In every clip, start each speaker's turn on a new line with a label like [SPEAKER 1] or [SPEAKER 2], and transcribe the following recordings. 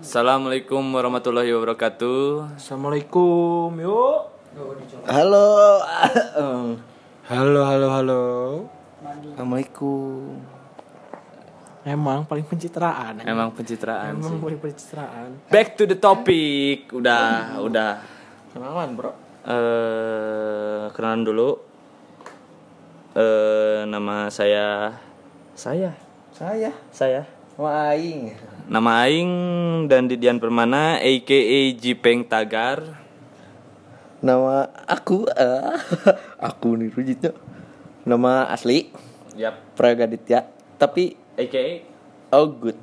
[SPEAKER 1] Assalamualaikum warahmatullahi wabarakatuh.
[SPEAKER 2] Assalamualaikum yuk.
[SPEAKER 3] Halo.
[SPEAKER 2] Halo halo halo.
[SPEAKER 3] Assalamualaikum.
[SPEAKER 2] Emang paling pencitraan. Emang,
[SPEAKER 1] Emang pencitraan sih.
[SPEAKER 2] paling pencitraan.
[SPEAKER 1] Back to the topic. Udah, udah.
[SPEAKER 2] Kenalan bro.
[SPEAKER 1] Eh, kenalan dulu. Eh, nama saya saya
[SPEAKER 3] Saya
[SPEAKER 1] saya.
[SPEAKER 3] sama Aing.
[SPEAKER 1] Nama aing dan Didian Permana aka Jipeng Tagar.
[SPEAKER 3] Nama aku eh, aku nih Rujitnya. Nama asli
[SPEAKER 1] Yap.
[SPEAKER 3] Pragaditya, tapi
[SPEAKER 1] Aka
[SPEAKER 3] oh good.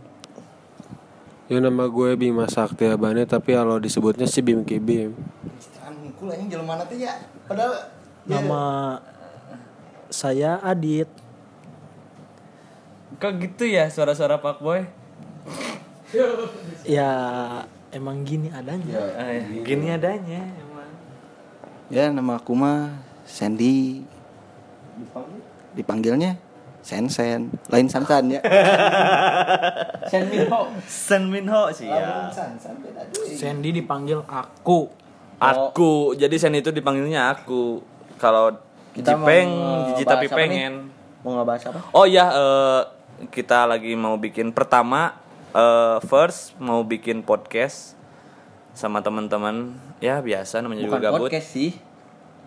[SPEAKER 4] Ya nama gue Bima Saktiabane tapi kalau disebutnya sih Bim Kibim.
[SPEAKER 3] Angkul anjing jelema teh ya. Padahal
[SPEAKER 2] Iya. Nama saya Adit.
[SPEAKER 1] Kok gitu ya suara-suara Pak Boy?
[SPEAKER 2] Ya emang gini adanya. iya.
[SPEAKER 1] gini adanya emang.
[SPEAKER 5] Ya nama aku mah Sandy Dipanggilnya Sen Sen Lain San San ya
[SPEAKER 1] Sen Minho sih ya.
[SPEAKER 2] Sandy dipanggil aku.
[SPEAKER 1] Aku. Jadi Sen itu dipanggilnya aku. Kalau
[SPEAKER 3] Kita
[SPEAKER 1] Jipeng,
[SPEAKER 3] mau eh,
[SPEAKER 1] Jiji
[SPEAKER 3] bahas apa
[SPEAKER 1] tapi
[SPEAKER 3] nih?
[SPEAKER 1] pengen.
[SPEAKER 3] mau ngebahas apa?
[SPEAKER 1] Oh ya, eh, kita lagi mau bikin pertama eh, first mau bikin podcast sama teman-teman. Ya biasa namanya
[SPEAKER 3] Bukan
[SPEAKER 1] juga gabut.
[SPEAKER 3] podcast sih.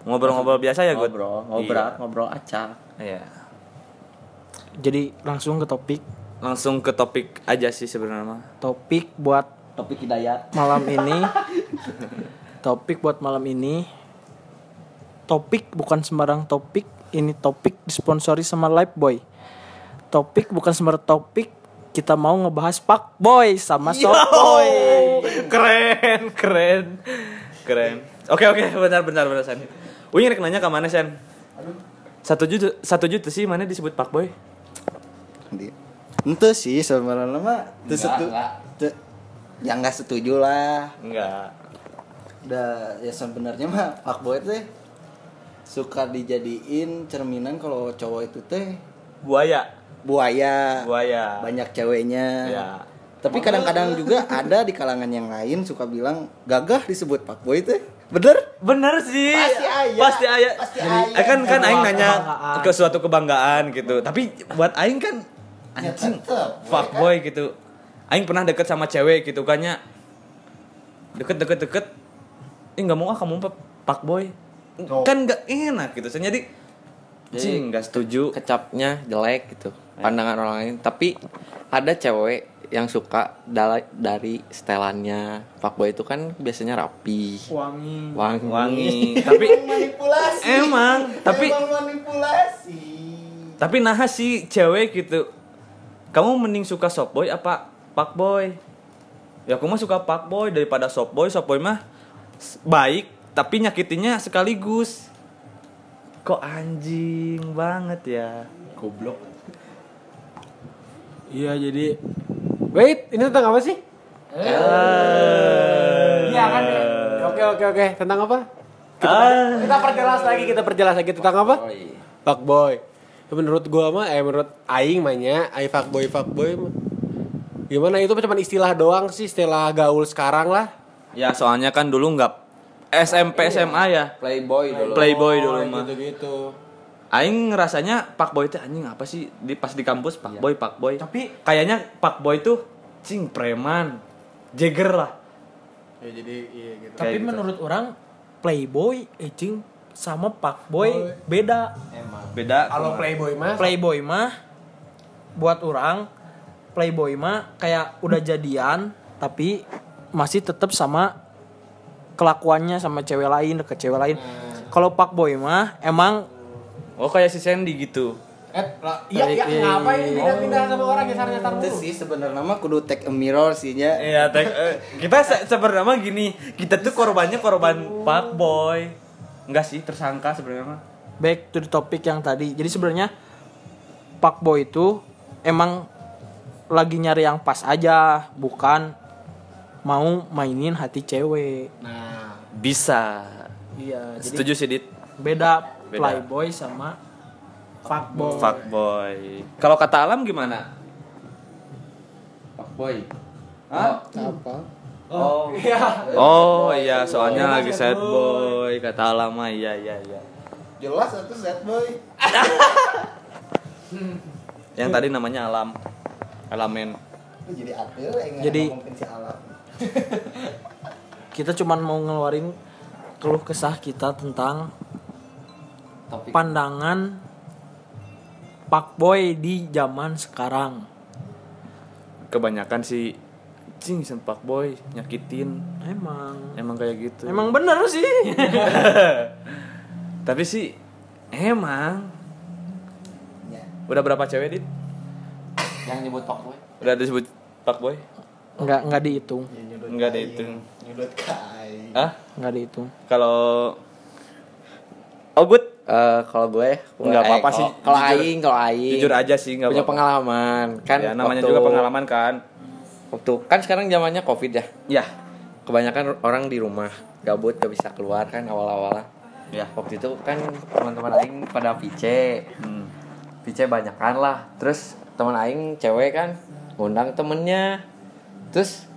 [SPEAKER 1] Ngobrol-ngobrol biasa ya, Gut?
[SPEAKER 3] Ngobrol, ngobrol, ngobrol acak.
[SPEAKER 1] Iya. Iya.
[SPEAKER 2] Jadi langsung ke topik.
[SPEAKER 1] Langsung ke topik aja sih sebenarnya mah.
[SPEAKER 2] Topik buat
[SPEAKER 3] Topik hidayat.
[SPEAKER 2] malam ini topik buat malam ini topik bukan sembarang topik ini topik disponsori sama Lifeboy topik bukan sembarang topik kita mau ngebahas Pak Boy sama Soft Boy
[SPEAKER 1] keren, keren. Keren. Oke, oke, benar benar benar Sen. Wih, ngerek nanya ke mana Sen? Satu juta, satu juta sih mana disebut Pak Boy?
[SPEAKER 5] Ente sih sebenarnya mah teu setu- teu-
[SPEAKER 3] Ya nggak setuju lah.
[SPEAKER 1] Enggak.
[SPEAKER 3] Udah ya sebenarnya mah Pak Boy teh suka dijadiin cerminan kalau cowok itu teh
[SPEAKER 1] Buaya,
[SPEAKER 3] buaya,
[SPEAKER 1] buaya.
[SPEAKER 3] banyak ceweknya.
[SPEAKER 1] Ya.
[SPEAKER 3] Tapi kadang-kadang juga ada di kalangan yang lain suka bilang gagah disebut Pak Boy teh. Bener?
[SPEAKER 1] Bener sih.
[SPEAKER 3] Pasti aya.
[SPEAKER 1] Pasti aya.
[SPEAKER 3] Pasti ya.
[SPEAKER 1] Jadi,
[SPEAKER 3] aya.
[SPEAKER 1] Kan kan aing nanya
[SPEAKER 2] Kebanggaan.
[SPEAKER 1] ke suatu kebanggaan gitu. Tapi buat aing kan
[SPEAKER 3] Ya,
[SPEAKER 1] anjing
[SPEAKER 3] tetep, kan?
[SPEAKER 1] fuck boy gitu. Aing pernah deket sama cewek gitu kan ya. Deket deket deket. Ih nggak mau ah kamu pak fuck boy. Kan nggak enak gitu. Saya jadi Cing nggak setuju.
[SPEAKER 6] kecapnya jelek gitu pandangan orang lain tapi ada cewek yang suka dala- dari setelannya fuckboy itu kan biasanya rapi
[SPEAKER 2] wangi
[SPEAKER 6] wangi,
[SPEAKER 1] Wangi. tapi
[SPEAKER 3] Manipulasi.
[SPEAKER 1] emang tapi
[SPEAKER 3] manipulasi.
[SPEAKER 1] Tapi nah sih cewek gitu. Kamu mending suka softboy apa fuckboy? Ya aku mah suka fuckboy daripada softboy. Softboy mah s- baik tapi nyakitinnya sekaligus. Kok anjing banget ya.
[SPEAKER 4] Goblok. Iya jadi Wait, ini tentang apa sih? Iya kan. Oke oke oke, tentang apa?
[SPEAKER 1] Ah,
[SPEAKER 4] Kita perjelas lagi, kita perjelas lagi tentang apa? Fuckboy. Ya, menurut gua mah eh menurut aing mahnya, ai fuckboy fuckboy mah. Gimana itu cuma istilah doang sih, istilah gaul sekarang lah.
[SPEAKER 1] ya soalnya kan dulu nggak SMP SMA ya.
[SPEAKER 6] playboy dulu
[SPEAKER 1] Playboy dulu mah.
[SPEAKER 4] Iya. Gitu-gitu.
[SPEAKER 1] Aing ngerasanya Pak Boy itu anjing apa sih di pas di kampus
[SPEAKER 4] Iya.
[SPEAKER 1] Pak Boy Pak Boy.
[SPEAKER 2] Tapi-
[SPEAKER 1] kayaknya Pak Boy itu cing preman, jeger lah.
[SPEAKER 4] Ya jadi iya gitu.
[SPEAKER 1] Kayak
[SPEAKER 2] tapi
[SPEAKER 1] gitu.
[SPEAKER 2] menurut orang Playboy ecing sama Pak Boy beda
[SPEAKER 1] Beda.
[SPEAKER 4] Kalau playboy mah
[SPEAKER 2] Playboy mah buat orang Playboy mah kayak udah jadian tapi masih tetap sama kelakuannya sama cewek lain deket cewek lain. Kalau Pak Boy mah emang
[SPEAKER 1] Oh kayak si Sandy gitu.
[SPEAKER 4] Eh, lah, iya, iya, ngapain pindah-pindah sama orang ya nyasar
[SPEAKER 3] Itu sih sebenarnya mah kudu take a mirror sih nya.
[SPEAKER 1] Iya, tek- eh, kita se- sebenarnya mah gini, kita tuh korbannya korban Pak Boy. Enggak sih, tersangka sebenarnya mah.
[SPEAKER 2] back to the topic yang tadi. Jadi sebenarnya Pak Boy itu emang lagi nyari yang pas aja, bukan mau mainin hati cewek.
[SPEAKER 4] Nah,
[SPEAKER 1] Bisa.
[SPEAKER 2] Iya, jadi
[SPEAKER 1] Setuju sih Dit.
[SPEAKER 2] beda,
[SPEAKER 1] Beda.
[SPEAKER 2] Playboy sama Pak Boy.
[SPEAKER 1] Fuck Boy. Kalau kata alam gimana?
[SPEAKER 6] fuckboy
[SPEAKER 1] Hah?
[SPEAKER 4] Apa?
[SPEAKER 1] Oh. Oh iya, soalnya lagi sad boy kata lama. Iya iya iya.
[SPEAKER 3] Jelas itu sad boy.
[SPEAKER 1] Yang tadi namanya alam. Elemen.
[SPEAKER 3] Lu jadi apel enggak
[SPEAKER 2] Jadi-
[SPEAKER 3] ngomongin si alam.
[SPEAKER 2] Kita cuman mau ngeluarin keluh kesah kita tentang
[SPEAKER 6] Topik.
[SPEAKER 2] pandangan Pakboy di zaman sekarang.
[SPEAKER 1] Kebanyakan si cing sempak boy nyakitin.
[SPEAKER 2] Emang
[SPEAKER 1] Emang kayak gitu.
[SPEAKER 2] emang bener sih.
[SPEAKER 1] Tapi sih emang
[SPEAKER 3] Ya.
[SPEAKER 1] udah berapa cewek dit?
[SPEAKER 6] yang nyebut fuckboy
[SPEAKER 1] Udah disebut pak boy?
[SPEAKER 2] nggak nggak dihitung,
[SPEAKER 1] Enggak deh itu.
[SPEAKER 3] Nyudut kai.
[SPEAKER 1] Hah?
[SPEAKER 2] nggak dihitung.
[SPEAKER 1] Kalau Oh good.
[SPEAKER 6] Eh, kalau gue
[SPEAKER 1] Nggak
[SPEAKER 6] eh,
[SPEAKER 1] apa-apa
[SPEAKER 6] kalau-
[SPEAKER 1] sih,
[SPEAKER 6] Kalau
[SPEAKER 1] jujur.
[SPEAKER 6] aing, kalau
[SPEAKER 5] Iya.
[SPEAKER 6] aing.
[SPEAKER 1] Jujur aja sih nggak
[SPEAKER 6] punya
[SPEAKER 1] apa-apa.
[SPEAKER 6] pengalaman kan.
[SPEAKER 1] ya namanya
[SPEAKER 6] waktu-
[SPEAKER 1] juga pengalaman kan.
[SPEAKER 6] Waktu kan sekarang zamannya covid ya.
[SPEAKER 1] Ya.
[SPEAKER 6] Kebanyakan orang di rumah gabut gak bisa keluar kan awal-awal.
[SPEAKER 1] Ya.
[SPEAKER 6] Waktu itu kan teman-teman aing pada pice.
[SPEAKER 1] Hmm.
[SPEAKER 6] Pice banyakan lah. Terus teman aing cewek kan ngundang temennya. Terus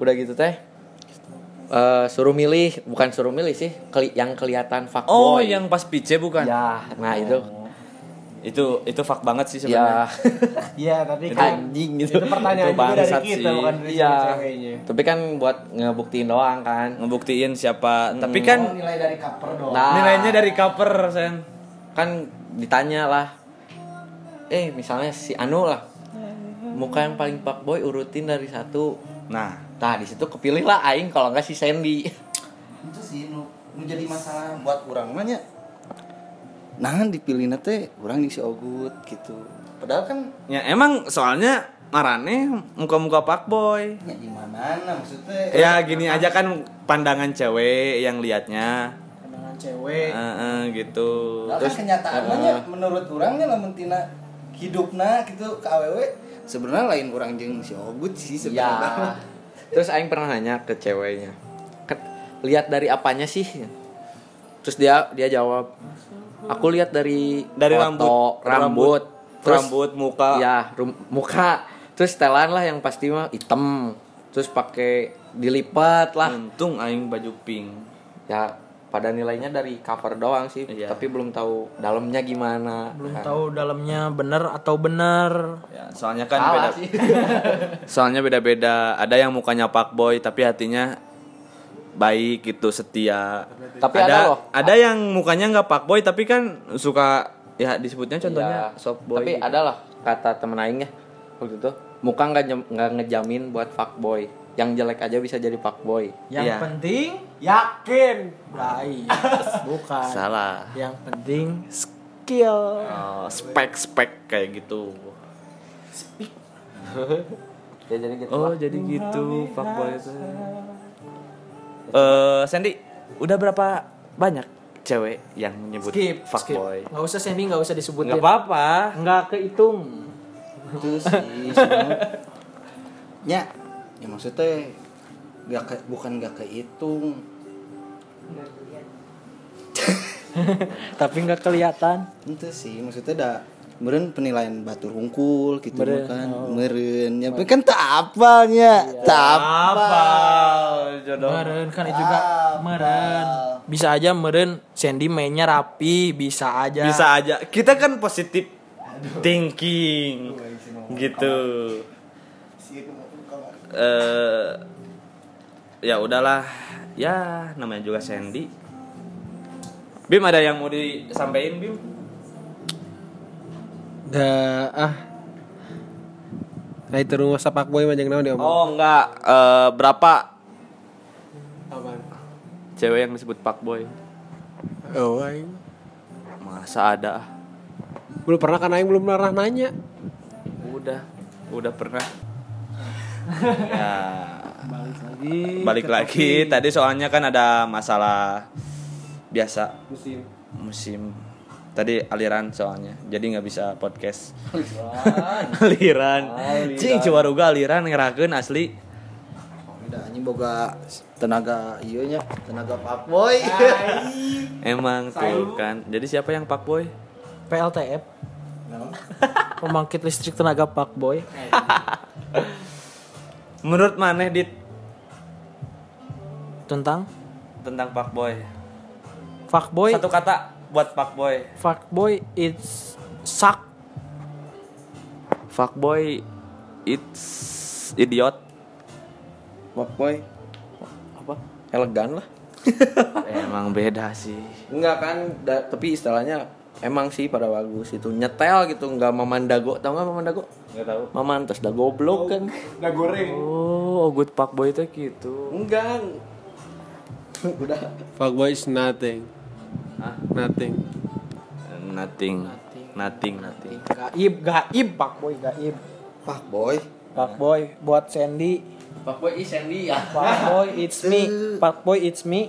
[SPEAKER 6] udah gitu teh eh, suruh milih bukan suruh milih sih keli- yang kelihatan fuckboy
[SPEAKER 1] Oh, yang pas pice bukan?
[SPEAKER 6] ya nah itu
[SPEAKER 1] Itu itu fak banget sih sebenarnya.
[SPEAKER 6] ya
[SPEAKER 4] Iya, tapi
[SPEAKER 1] Itu-
[SPEAKER 4] kan
[SPEAKER 6] anjing gitu
[SPEAKER 4] itu pertanyaan
[SPEAKER 1] Itu
[SPEAKER 4] juga dari
[SPEAKER 1] bangsat
[SPEAKER 4] kita
[SPEAKER 1] sih.
[SPEAKER 4] bukan dari
[SPEAKER 6] Iya.
[SPEAKER 4] ceweknya.
[SPEAKER 6] Tapi kan buat ngebuktiin doang kan.
[SPEAKER 1] Ngebuktiin siapa. Tapi kan
[SPEAKER 3] Nilai dari cover doang.
[SPEAKER 6] Nah,
[SPEAKER 1] nilainya dari cover, sayang.
[SPEAKER 6] kan ditanya lah. Eh, misalnya si Anu lah. Muka yang paling pak boy urutin dari satu.
[SPEAKER 1] Nah,
[SPEAKER 6] Nah, di situ kepilih lah aing kalau nggak si Sandy.
[SPEAKER 3] Itu sih nu nu jadi masalah buat orang mah nya.
[SPEAKER 5] Nahan dipilih teh orang yang si Ogut gitu.
[SPEAKER 3] Padahal kan
[SPEAKER 1] ya emang soalnya marane muka-muka pak boy.
[SPEAKER 3] ya gimana maksudnya?
[SPEAKER 1] Ya gini aja kan pandangan cewek yang liatnya
[SPEAKER 2] Pandangan cewek.
[SPEAKER 1] Eh, eh, gitu.
[SPEAKER 3] Padahal
[SPEAKER 1] Terus
[SPEAKER 3] kan kenyataannya nya, menurut orangnya lamun tina hidupna gitu ke awewe
[SPEAKER 5] Sebenarnya lain orang jeung si Ogut sih sebenarnya.
[SPEAKER 6] Ya. Terus aing pernah nanya ke ceweknya. "Ken, Lihat dari apanya sih? Terus dia dia jawab, "Aku lihat dari
[SPEAKER 1] dari rambut,
[SPEAKER 6] foto, rambut, Terus-
[SPEAKER 1] rambut, muka.
[SPEAKER 6] Ya, rum- muka. Terus telan lah yang pasti mah hitam. Terus pakai dilipat lah.
[SPEAKER 1] Untung aing baju pink.
[SPEAKER 6] Ya, pada nilainya dari cover doang sih,
[SPEAKER 1] Iya.
[SPEAKER 6] tapi belum tahu dalamnya gimana.
[SPEAKER 2] Belum
[SPEAKER 6] Nah,
[SPEAKER 1] kan.
[SPEAKER 2] tahu dalamnya bener atau bener.
[SPEAKER 1] Ya, soalnya kan
[SPEAKER 6] Salah
[SPEAKER 1] beda.
[SPEAKER 6] sih.
[SPEAKER 1] Soalnya beda-beda. Ada yang mukanya pak boy tapi hatinya baik gitu setia.
[SPEAKER 6] Tapi ada loh.
[SPEAKER 1] Ada yang mukanya nggak pak boy tapi kan suka ya disebutnya
[SPEAKER 6] Iya.
[SPEAKER 1] contohnya soft boy.
[SPEAKER 6] Tapi
[SPEAKER 1] gitu.
[SPEAKER 6] ada lah kata temen aingnya waktu itu, muka nggak nyem- nggak ngejamin buat fuckboy. Yang jelek aja bisa jadi fuckboy.
[SPEAKER 2] Yang
[SPEAKER 1] Iya.
[SPEAKER 2] penting yakin. Baik.
[SPEAKER 6] Iya.
[SPEAKER 2] Bukan.
[SPEAKER 1] salah.
[SPEAKER 2] Yang penting skill.
[SPEAKER 1] Oh, spek spek kayak gitu.
[SPEAKER 6] Ya jadi gitu.
[SPEAKER 1] Oh
[SPEAKER 6] lah.
[SPEAKER 1] jadi gitu pak boy itu. Eh Sandy, udah berapa banyak cewek yang menyebut
[SPEAKER 2] Skip,
[SPEAKER 1] fuck
[SPEAKER 2] skip.
[SPEAKER 1] boy?
[SPEAKER 2] Nggak usah Sandy, nggak usah disebutin.
[SPEAKER 1] Nggak apa-apa.
[SPEAKER 2] Nggak kehitung.
[SPEAKER 5] Itu Gitu sih semua. Ya, ya maksudnya gak ke, bukan gak kehitung.
[SPEAKER 2] Tapi nggak kelihatan.
[SPEAKER 5] Itu sih maksudnya da meren penilaian batur hungkul gitu mah kan meren ya kan tak apalnya tak
[SPEAKER 1] Apa? Jodoh.
[SPEAKER 2] Meren kan itu juga
[SPEAKER 1] Ah,
[SPEAKER 2] meren. Bisa aja meren Sandy mainnya rapi, bisa aja.
[SPEAKER 1] bisa aja kita kan positif thinking gitu eh ya udahlah ya namanya juga Sandy Bim ada yang mau disampaikan Bim
[SPEAKER 4] Dah ah. Nah, itu rumah sepak boy mah jeung naon ya, diomong.
[SPEAKER 1] oh enggak Eh, berapa
[SPEAKER 4] Apaan?
[SPEAKER 1] cewek yang disebut Pak Boy
[SPEAKER 4] Oh, aing.
[SPEAKER 1] masa ada
[SPEAKER 4] Belum pernah kan aing belum pernah nanya.
[SPEAKER 1] udah udah pernah ya
[SPEAKER 2] Balik lagi.
[SPEAKER 1] balik lagi tadi soalnya kan ada masalah biasa
[SPEAKER 4] Musim.
[SPEAKER 1] musim tadi aliran soalnya jadi nggak bisa podcast aliran cing ciwaruga aliran ngerakeun asli
[SPEAKER 5] udah Oh, anjing boga tenaga ieu nya tenaga fuckboy
[SPEAKER 1] emang tuh kan jadi siapa yang pak boy
[SPEAKER 2] PLTF. Pembangkit listrik tenaga Pak Boy.
[SPEAKER 1] Menurut maneh dit
[SPEAKER 2] tentang
[SPEAKER 1] tentang fuckboy?
[SPEAKER 2] fuckboy
[SPEAKER 1] Satu kata buat fuckboy.
[SPEAKER 2] fuckboy it's suck
[SPEAKER 1] Fuckboy it's idiot.
[SPEAKER 5] Fuckboy.
[SPEAKER 6] apa elegan lah
[SPEAKER 1] Emang beda sih.
[SPEAKER 6] Enggak kan, da- tapi istilahnya emang sih pada bagus itu nyetel gitu nggak maman dago tau nggak maman dago
[SPEAKER 1] Enggak tahu.
[SPEAKER 6] maman terus dago goblok kan
[SPEAKER 4] Udah goreng.
[SPEAKER 1] Oh, good fuckboy itu gitu.
[SPEAKER 6] enggak
[SPEAKER 4] Fuckboy is nothing. Nothing.
[SPEAKER 1] Nothing. Nothing. Nothing.
[SPEAKER 2] gaib gaib fuckboy gaib
[SPEAKER 5] Fuckboy.
[SPEAKER 2] fuckboy buat Sandy
[SPEAKER 6] Fuckboy is Sandy ya
[SPEAKER 2] fuckboy it's me fuckboy it's me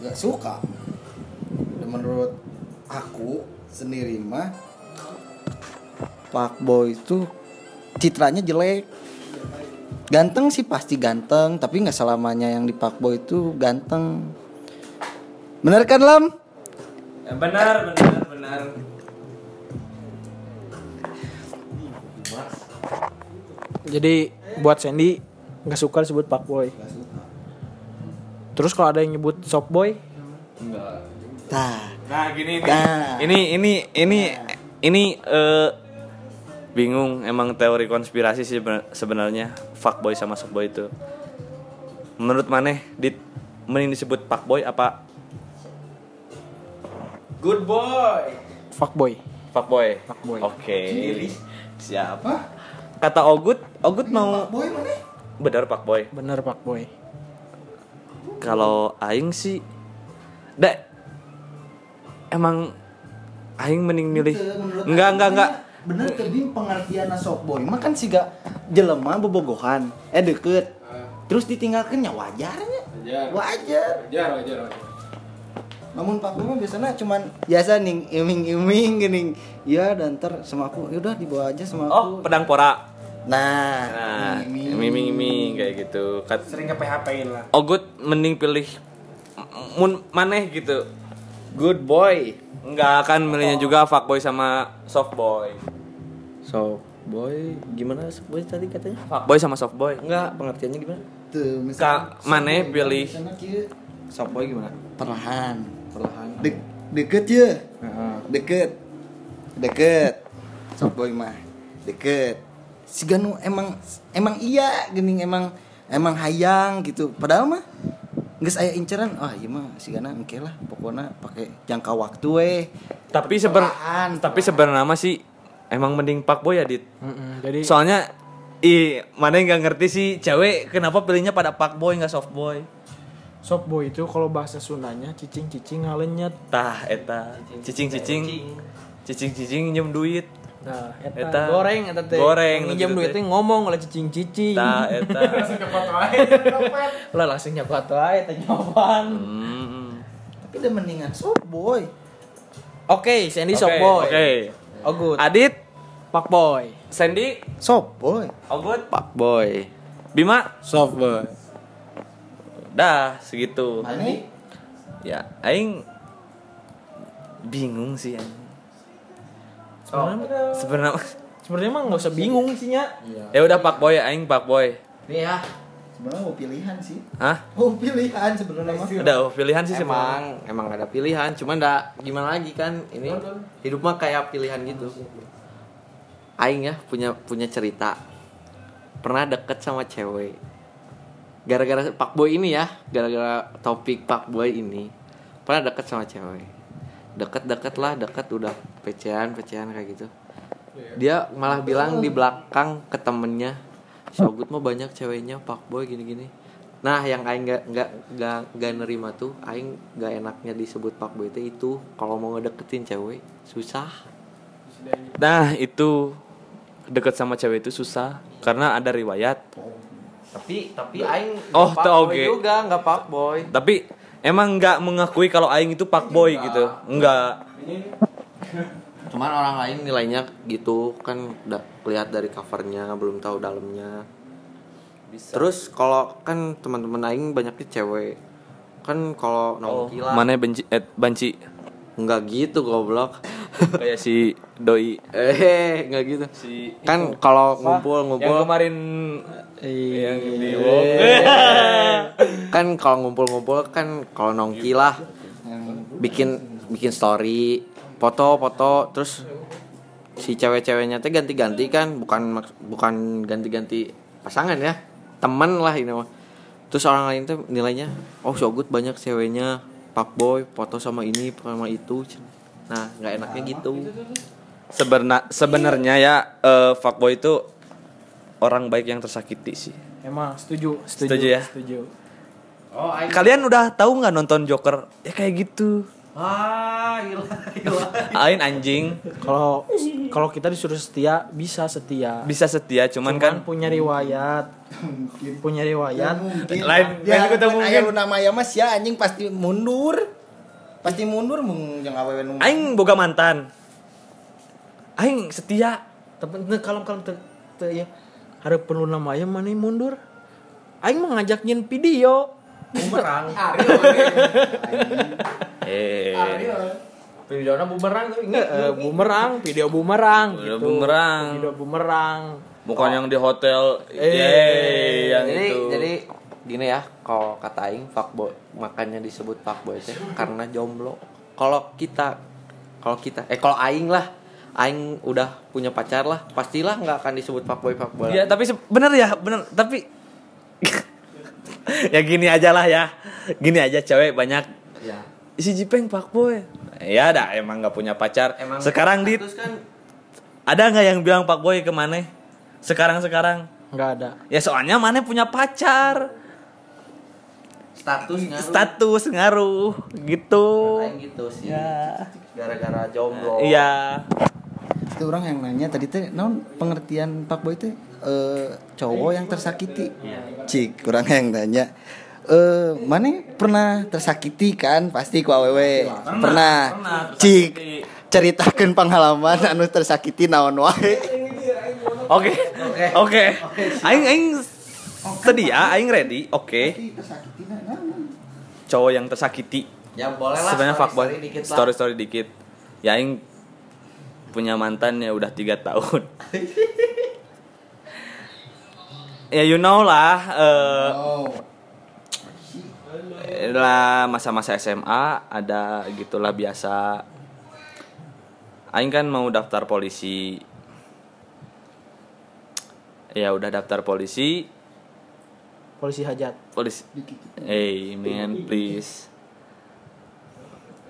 [SPEAKER 5] nggak suka. Dan menurut aku sendiri mah fuckboy itu citranya jelek. Ganteng sih pasti ganteng, tapi nggak selamanya yang di fuckboy itu ganteng. Bener kan Lam?
[SPEAKER 1] Ya, benar, benar, benar.
[SPEAKER 2] jadi buat Sandy nggak suka disebut fuckboy terus kalau ada yang nyebut softboy
[SPEAKER 5] Tah.
[SPEAKER 1] Nah, gini ini.
[SPEAKER 5] Nah.
[SPEAKER 1] Ini ini ini ini eh bingung emang teori konspirasi sih bener- sebenarnya fuckboy sama softboy itu. Menurut maneh dit mending disebut fuckboy apa
[SPEAKER 4] Good boy.
[SPEAKER 2] fuckboy
[SPEAKER 1] fuckboy?
[SPEAKER 2] Fuckboy.
[SPEAKER 1] Oke. Siapa? Kata Ogut, Ogut mau Benar fuckboy.
[SPEAKER 2] bener fuckboy
[SPEAKER 1] Kalau aing sih Dek Emang aing mending milih Enggak, enggak, enggak.
[SPEAKER 5] Bener tebing pengertian softboy mah kan siga jelema bobogohan, eh deket. Terus ditinggalkannya wajarnya.
[SPEAKER 4] Wajar.
[SPEAKER 5] Wajar.
[SPEAKER 4] Wajar, wajar, wajar.
[SPEAKER 5] Namun Pak Bobo biasanya cuman biasa nih iming-iming gini. Ya dan ntar sama aku, yaudah dibawa aja sama aku.
[SPEAKER 1] Oh, pedang pora.
[SPEAKER 5] Nah,
[SPEAKER 1] Nah,
[SPEAKER 5] iming-iming.
[SPEAKER 1] iming-iming kayak gitu. Kat
[SPEAKER 4] Sering ke PHP-in lah.
[SPEAKER 1] Ogut mending pilih m- mun maneh gitu.
[SPEAKER 6] good boy
[SPEAKER 1] Enggak akan milihnya
[SPEAKER 6] Oh.
[SPEAKER 1] juga fuckboy sama softboy.
[SPEAKER 6] so boy gimana boy tadi katanya
[SPEAKER 1] Fuckboy sama softboy.
[SPEAKER 6] enggak pengertiannya gimana
[SPEAKER 5] Tuh, misalnya
[SPEAKER 1] Kak maneh pilih
[SPEAKER 5] sana kieu
[SPEAKER 6] softboy gimana
[SPEAKER 5] perlahan.
[SPEAKER 6] perlahan
[SPEAKER 5] De- deket ya. Deket. Deket. Softboy mah deket. Si Ganu emang emang iya gening emang emang hayang gitu. Padahal mah Nggak saya inceran, ah iya mah si Gana engke lah Pokoknya pakai jangka waktu weh
[SPEAKER 1] tapi seber
[SPEAKER 5] Perlahan.
[SPEAKER 1] tapi sebenarnya mah sih emang mending fuckboy ya dit.
[SPEAKER 2] Mm-mm, jadi
[SPEAKER 1] Soalnya i maneh nggak ngerti sih cewek kenapa pilihnya pada fuckboy nggak softboy.
[SPEAKER 2] softboy itu kalau bahasa Sundanya cicing-cicing ngalenyet
[SPEAKER 1] Tah eta cicing-cicing cicing-cicing njem duit.
[SPEAKER 2] Nah,
[SPEAKER 1] Eta.
[SPEAKER 2] eta, goreng eta teh.
[SPEAKER 1] Goreng,
[SPEAKER 2] Yang Minjem
[SPEAKER 1] gitu
[SPEAKER 2] duit
[SPEAKER 1] teh.
[SPEAKER 2] teh ngomong oleh cicing-cicing.
[SPEAKER 1] Tah eta.
[SPEAKER 2] Lah langsung nyokot wae eta jawaban.
[SPEAKER 1] Hmm.
[SPEAKER 5] Tapi udah mendingan softboy
[SPEAKER 2] Oke, Sandy
[SPEAKER 1] Oke,
[SPEAKER 2] sok boy. Oh,
[SPEAKER 1] Oke.
[SPEAKER 2] Ogut,
[SPEAKER 1] Adit,
[SPEAKER 2] pak boy.
[SPEAKER 1] Sandy,
[SPEAKER 5] Softboy
[SPEAKER 1] Ogut,
[SPEAKER 6] pak boy
[SPEAKER 1] Bima,
[SPEAKER 4] Soft boy.
[SPEAKER 1] dah segitu.
[SPEAKER 5] Maneh?
[SPEAKER 1] Ya, aing bingung sih aing.
[SPEAKER 2] Sebenarnya
[SPEAKER 1] Sebenarnya
[SPEAKER 2] sebenarnya mah enggak usah bingung sih nya.
[SPEAKER 1] ya udah Pak Boy aing Pak Boy.
[SPEAKER 6] nih ya
[SPEAKER 5] Sebenarnya mau pilihan sih.
[SPEAKER 1] Hah?
[SPEAKER 5] Mau pilihan sebenarnya mah.
[SPEAKER 1] Ada pilihan sih sebenarnya.
[SPEAKER 6] emang emang ada pilihan cuman da gimana lagi kan ini hidup mah kayak pilihan gitu aing ya punya punya cerita pernah deket sama cewek gara-gara pak boy ini ya gara-gara topik pak boy ini pernah deket sama cewek deket-deket lah deket udah pecean pecean kayak gitu dia malah bilang di belakang ke temennya Sogut mah banyak ceweknya pak boy gini-gini nah yang aing nggak nggak nggak nggak nerima tuh aing nggak enaknya disebut pak boy teh itu kalau mau ngedeketin cewek susah
[SPEAKER 1] Nah, itu deket sama cewek itu susah karena ada riwayat
[SPEAKER 6] Tapi tapi aing
[SPEAKER 1] Oh, tuh
[SPEAKER 6] nggak fuckboy
[SPEAKER 1] oke.
[SPEAKER 6] juga nggak pak boy.
[SPEAKER 1] Tapi emang nggak mengakui kalau aing itu fuckboy gitu. Enggak.
[SPEAKER 6] Cuman orang lain nilainya gitu kan udah lihat dari covernya belum tahu dalamnya. Terus kalau kan teman-teman aing banyaknya cewek. Kan kalau nongki lah
[SPEAKER 1] Mana benci eh, banci
[SPEAKER 6] nggak gitu goblok.
[SPEAKER 1] kayak si doi
[SPEAKER 6] eh, nggak gitu.
[SPEAKER 1] si
[SPEAKER 6] Kan kalau ngumpul-ngumpul
[SPEAKER 1] yang kemarin yang di Wong.
[SPEAKER 6] kan kalau ngumpul-ngumpul kan kalau nongki lah bikin bikin story foto-foto terus si cewek-ceweknya teh ganti-ganti kan bukan maks- bukan ganti-ganti pasangan ya teman lah ini mah terus orang lain teh nilainya oh so good banyak ceweknya pak boy foto sama ini sama itu nah nggak enaknya gitu
[SPEAKER 1] Seberna- sebenarnya ya eh, fuckboy itu orang baik yang tersakiti sih.
[SPEAKER 2] Emang setuju, setuju,
[SPEAKER 1] Setuju ya?
[SPEAKER 2] Setuju.
[SPEAKER 6] oh
[SPEAKER 1] Kalian udah tahu nggak nonton Joker? Ya kayak gitu.
[SPEAKER 6] ah gila gila
[SPEAKER 1] Ain anjing
[SPEAKER 2] Kalau kalau kita disuruh setia, bisa setia.
[SPEAKER 1] bisa setia cuman, kan
[SPEAKER 2] Cuman punya riwayat. punya riwayat.
[SPEAKER 1] Lain, lain
[SPEAKER 5] ya,
[SPEAKER 1] juga tak
[SPEAKER 5] mun
[SPEAKER 1] mungkin.
[SPEAKER 5] aya nu nama ya mas ya anjing pasti mundur. Pasti mundur mung jeung awewe nu.
[SPEAKER 1] aing boga mantan. Aing setia.
[SPEAKER 2] Tapi teu kalem-kalem teu teu ya. Hareup perlu nama aya mana mundur. Aing mah ngajak nyin video.
[SPEAKER 6] bumerang
[SPEAKER 1] Eh.
[SPEAKER 6] videonya bumerang tuh ingat
[SPEAKER 2] Eh, bumerang, video bumerang
[SPEAKER 1] Video
[SPEAKER 2] gitu.
[SPEAKER 1] bumerang.
[SPEAKER 2] Video bumerang.
[SPEAKER 1] Bukan yang di hotel.
[SPEAKER 2] Eh.
[SPEAKER 1] Eh, yang
[SPEAKER 6] jadi
[SPEAKER 1] itu.
[SPEAKER 6] jadi gini ya kalau kata aing fuckboy makanya disebut fuckboy teh karena jomblo kalau kita kalau kita eh kalau aing lah aing udah punya pacar lah pastilah nggak akan disebut fuckboy fuckboy
[SPEAKER 1] Ya, tapi se- bener ya, bener. Tapi ya gini aja lah ya. Gini aja cewek banyak.
[SPEAKER 6] ya.
[SPEAKER 1] Si Jipeng fuckboy. Ya dah emang nggak punya pacar. Sekarang dit
[SPEAKER 6] status kan
[SPEAKER 1] ada nggak yang bilang fuckboy ke mana? Sekarang sekarang.
[SPEAKER 2] Enggak ada.
[SPEAKER 1] Ya soalnya mana punya pacar.
[SPEAKER 6] statusnya
[SPEAKER 1] Status ngaruh gitu.
[SPEAKER 6] aing gitu sih gara-gara jomblo
[SPEAKER 1] Iya.
[SPEAKER 5] Itu orang yang nanya tadi teh naon pengertian Pak Boy teh eh, cowok yang tersakiti. Cik, kurang yang nanya. Eh, mana pernah tersakiti kan? Pasti ku awewe. Pernah. Cik, ceritakan pengalaman anu tersakiti naon wae.
[SPEAKER 1] Oke. Oke. Aing aing sedia, aing ready. Oke. Nah,
[SPEAKER 5] Tersakiti naon?
[SPEAKER 1] Cowok yang tersakiti.
[SPEAKER 6] ya boleh lah
[SPEAKER 1] sebenarnya fuckboy
[SPEAKER 6] story-story dikit lah.
[SPEAKER 1] story story dikit ya aing punya mantan ya udah tiga tahun ya you know lah eh, eh, lah masa-masa SMA ada gitulah biasa aing kan mau daftar polisi ya udah daftar polisi
[SPEAKER 2] Polisi hajat.
[SPEAKER 1] polisi hey man please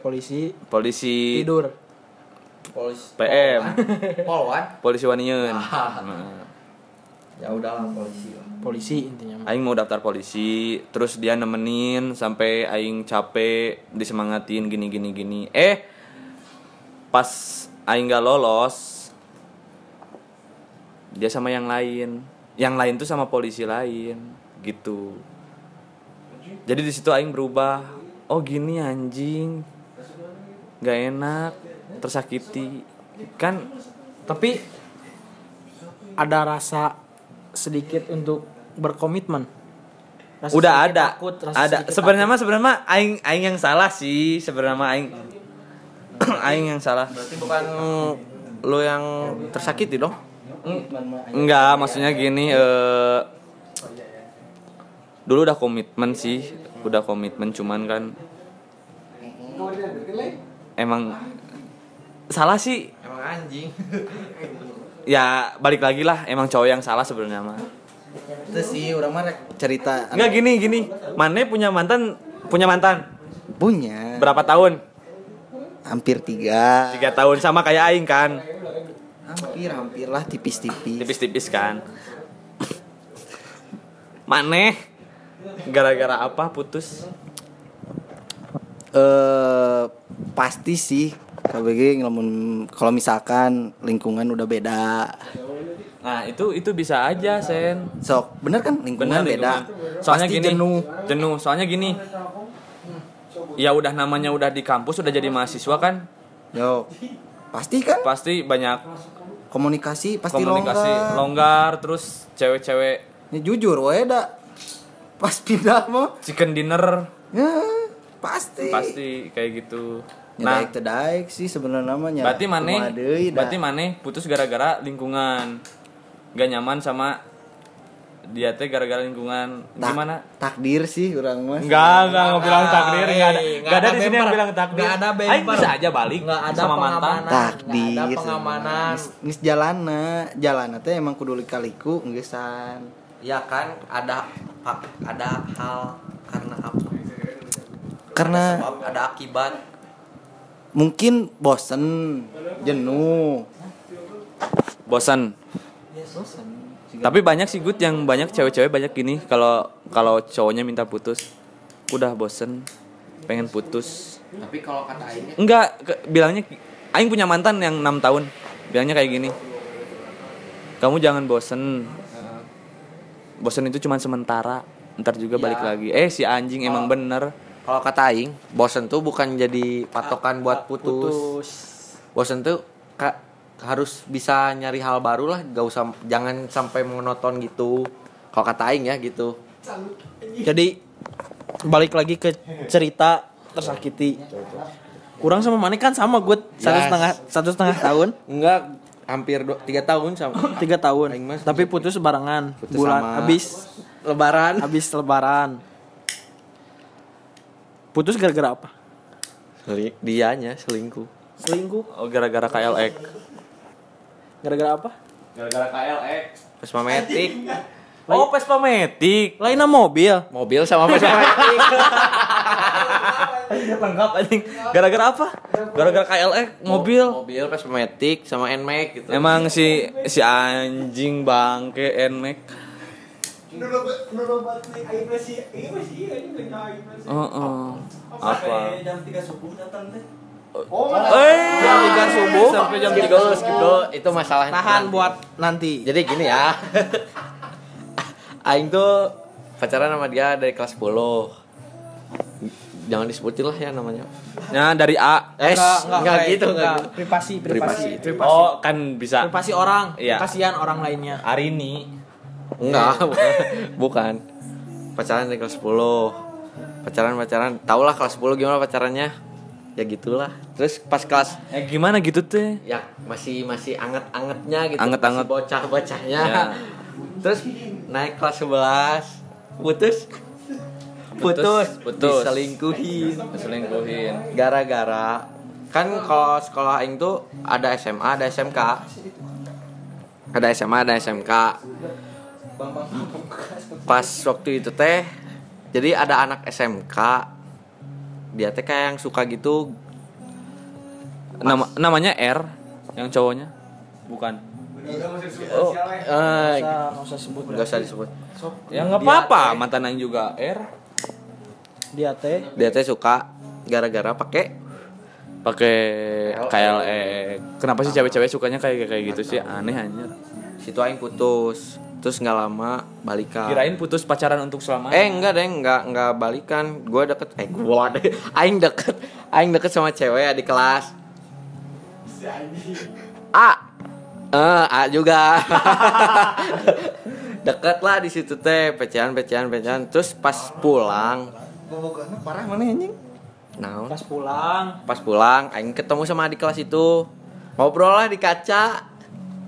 [SPEAKER 2] Polisi
[SPEAKER 1] polisi
[SPEAKER 2] tidur.
[SPEAKER 6] polis
[SPEAKER 1] PM
[SPEAKER 6] polwan
[SPEAKER 1] polisi wanian Hmm.
[SPEAKER 6] ya udahlah polisi lah
[SPEAKER 2] Polisi intinya. mah.
[SPEAKER 1] aing mau daftar polisi terus dia nemenin sampai aing capek disemangatin gini gini gini eh pas aing gak lolos dia sama yang lain yang lain tuh sama polisi lain gitu jadi di situ aing berubah oh gini anjing gak enak tersakiti kan
[SPEAKER 2] Tapi ada rasa sedikit untuk berkomitmen. Rasa
[SPEAKER 1] udah
[SPEAKER 2] sedikit
[SPEAKER 1] ada
[SPEAKER 2] takut, rasa
[SPEAKER 1] ada
[SPEAKER 2] sedikit
[SPEAKER 1] sebenarnya mah sebenarnya mah aing aing yang salah sih sebenarnya mah aing aing yang salah
[SPEAKER 6] berarti bukan lu yang tersakiti dong
[SPEAKER 1] enggak maksudnya gini eh dulu udah komitmen sih udah komitmen cuman kan emang salah sih
[SPEAKER 6] emang anjing
[SPEAKER 1] ya balik lagi lah emang cowok yang salah sebenarnya mah
[SPEAKER 5] Itu sih orang mah rek cerita
[SPEAKER 1] enggak gini gini Mane punya mantan punya mantan
[SPEAKER 5] punya
[SPEAKER 1] berapa tahun
[SPEAKER 5] hampir tiga.
[SPEAKER 1] tiga tahun sama kayak Aing kan
[SPEAKER 5] Hampir hampir lah tipis-tipis.
[SPEAKER 1] tipis-tipis kan maneh gara-gara apa putus
[SPEAKER 5] eh pasti sih KBG ngelamun kalau misalkan lingkungan udah beda
[SPEAKER 1] Nah, itu itu bisa aja, Sen.
[SPEAKER 5] Sok, bener kan
[SPEAKER 1] Benar
[SPEAKER 5] lingkungan beda.
[SPEAKER 1] Soalnya
[SPEAKER 5] Pasti
[SPEAKER 1] gini,
[SPEAKER 5] jenuh.
[SPEAKER 1] jenuh. Soalnya gini. Ya udah namanya udah di kampus udah jadi mahasiswa kan,
[SPEAKER 5] Yo. Pasti kan
[SPEAKER 1] pasti banyak
[SPEAKER 5] komunikasi pasti
[SPEAKER 1] komunikasi longgar,
[SPEAKER 5] longgar.
[SPEAKER 1] terus cewek-cewek
[SPEAKER 5] Ini jujur wae da. Pas pindah mah
[SPEAKER 1] chicken dinner
[SPEAKER 5] ya, pasti.
[SPEAKER 1] pasti kayak gitu. Nah,
[SPEAKER 5] Nah, daek teu daek sih sebenarnya namanya.
[SPEAKER 1] berarti maneh
[SPEAKER 5] Kumaha Ya, deui da.
[SPEAKER 1] berarti maneh putus gara-gara lingkungan. Gak nyaman sama dia teh gara-gara lingkungan.
[SPEAKER 5] Tak-
[SPEAKER 1] Gimana?
[SPEAKER 5] Takdir sih kurang mas.
[SPEAKER 1] Enggak, enggak nggak bilang takdir, enggak ada.
[SPEAKER 6] Eh,
[SPEAKER 1] Enggak ada di sini yang
[SPEAKER 6] bumper.
[SPEAKER 1] bilang takdir.
[SPEAKER 6] Nggak ada bumper.
[SPEAKER 1] Aing bisa aja balik
[SPEAKER 6] Nggak ada
[SPEAKER 1] sama mantan.
[SPEAKER 6] pengamanan.
[SPEAKER 5] Takdir.
[SPEAKER 6] Nggak ada pengamanan.
[SPEAKER 5] Geus jalana, jalana teh emang kudu likaliku enggesan.
[SPEAKER 6] Ya kan ada hak- ada hal karena apa?
[SPEAKER 5] Karena
[SPEAKER 6] Sebab ada akibat.
[SPEAKER 5] mungkin bosen, jenuh.
[SPEAKER 1] Bosan. Tapi banyak sih Gut yang banyak cewek-cewek banyak gini kalau kalau cowoknya minta putus. Udah bosen, pengen putus.
[SPEAKER 6] Tapi kalau kata Aingnya
[SPEAKER 1] Enggak, ke- bilangnya aing punya mantan yang 6 tahun. Bilangnya kayak gini. Kamu jangan bosen. Bosen itu cuma sementara. Ntar juga balik lagi. Eh si anjing emang bener.
[SPEAKER 6] kalau kata Aing, bosen tuh bukan jadi patokan buat putus. Bosen tuh ka- harus bisa nyari hal baru lah, gak usah jangan sampai monoton gitu. Kalau kata Aing ya gitu.
[SPEAKER 2] Jadi balik lagi ke cerita tersakiti. Kurang sama Mane kan sama gue satu
[SPEAKER 6] Yes.
[SPEAKER 2] setengah satu setengah tahun
[SPEAKER 6] Enggak, hampir do- tiga tahun sama.
[SPEAKER 2] tiga tahun
[SPEAKER 6] Aing mas-
[SPEAKER 2] tapi putus barengan
[SPEAKER 6] Putus
[SPEAKER 2] bulan
[SPEAKER 6] sama-
[SPEAKER 2] habis
[SPEAKER 6] Lebaran.
[SPEAKER 2] habis lebaran putus gara-gara apa
[SPEAKER 6] Seli- Dianya selingkuh.
[SPEAKER 2] selingkuh
[SPEAKER 1] Oh, gara-gara KLX.
[SPEAKER 2] gara-gara apa
[SPEAKER 1] Gara-gara KLX.
[SPEAKER 6] Pesma metik.
[SPEAKER 1] Oh, Vespa Matic.
[SPEAKER 2] lainnya mobil
[SPEAKER 6] Mobil sama Vespa metik.
[SPEAKER 1] Lengkap anjing. Gara-gara apa? Gara-gara KLX mobil.
[SPEAKER 6] Mobil Vespa metik sama Nmax gitu.
[SPEAKER 1] Emang si si anjing bangke Nmax. Oh, oh. Apa? Oh, eh,
[SPEAKER 6] Jam 3 subuh
[SPEAKER 1] sampai jam 3 subuh.
[SPEAKER 6] skip dulu itu masalahnya.
[SPEAKER 2] tahan
[SPEAKER 6] Nanti.
[SPEAKER 2] buat nanti
[SPEAKER 6] Jadi gini ya. Aing tuh pacaran sama dia dari kelas 10. Jangan disebutin lah ya namanya.
[SPEAKER 1] Nah, dari A.
[SPEAKER 6] Eh, enggak
[SPEAKER 2] kayak-
[SPEAKER 6] gitu, enggak gitu.
[SPEAKER 2] privasi privasi
[SPEAKER 6] Privasi.
[SPEAKER 2] privasi,
[SPEAKER 1] Oh, kan bisa.
[SPEAKER 2] privasi orang
[SPEAKER 1] Iya.
[SPEAKER 2] kasihan orang lainnya
[SPEAKER 1] Arini.
[SPEAKER 6] Enggak, bukan. bukan. Pacaran dari kelas 10. Pacaran-pacaran, tahulah kelas 10 gimana pacarannya. Ya gitulah. Terus pas kelas
[SPEAKER 1] Eh, gimana gitu teh?
[SPEAKER 6] ya masih masih anget-angetnya gitu.
[SPEAKER 1] Anget-anget.
[SPEAKER 6] Masih bocah-bocahnya.
[SPEAKER 1] Ya.
[SPEAKER 6] Terus naik kelas 11 putus putus,
[SPEAKER 1] putus.
[SPEAKER 6] diselingkuhin
[SPEAKER 1] Selingkuhin.
[SPEAKER 6] gara-gara kan kalau sekolah aing tuh ada SMA ada SMK ada SMA ada SMK pas waktu itu teh jadi ada anak SMK dia teh kayak yang suka gitu
[SPEAKER 1] Nama namanya R yang cowoknya. Bukan.
[SPEAKER 6] oh eh,
[SPEAKER 2] Nggak usah sebut
[SPEAKER 6] nggak usah disebut
[SPEAKER 1] Ya nggak apa-apa, mantan yang juga R.
[SPEAKER 2] dia teh
[SPEAKER 6] dia teh suka gara-gara pakai
[SPEAKER 1] pakai E. KLX. Kenapa sih cewek-cewek sukanya kayak kayak gitu sih? Aneh anjir.
[SPEAKER 6] situ aing putus terus nggak lama balikan
[SPEAKER 1] Kirain putus pacaran untuk selamanya.
[SPEAKER 2] Ah.
[SPEAKER 6] Eh enggak deh, enggak enggak balikan. Gue deket, eh gue deh. Aing deket, aing deket sama cewek di kelas. A, eh A juga. deket lah di situ teh, pecahan pecahan pecahan. Terus pas pulang,
[SPEAKER 5] Parah mana anjing?
[SPEAKER 6] nah
[SPEAKER 2] pas pulang
[SPEAKER 6] pas pulang, aing ketemu sama adik kelas itu. Ngobrol lah di kaca,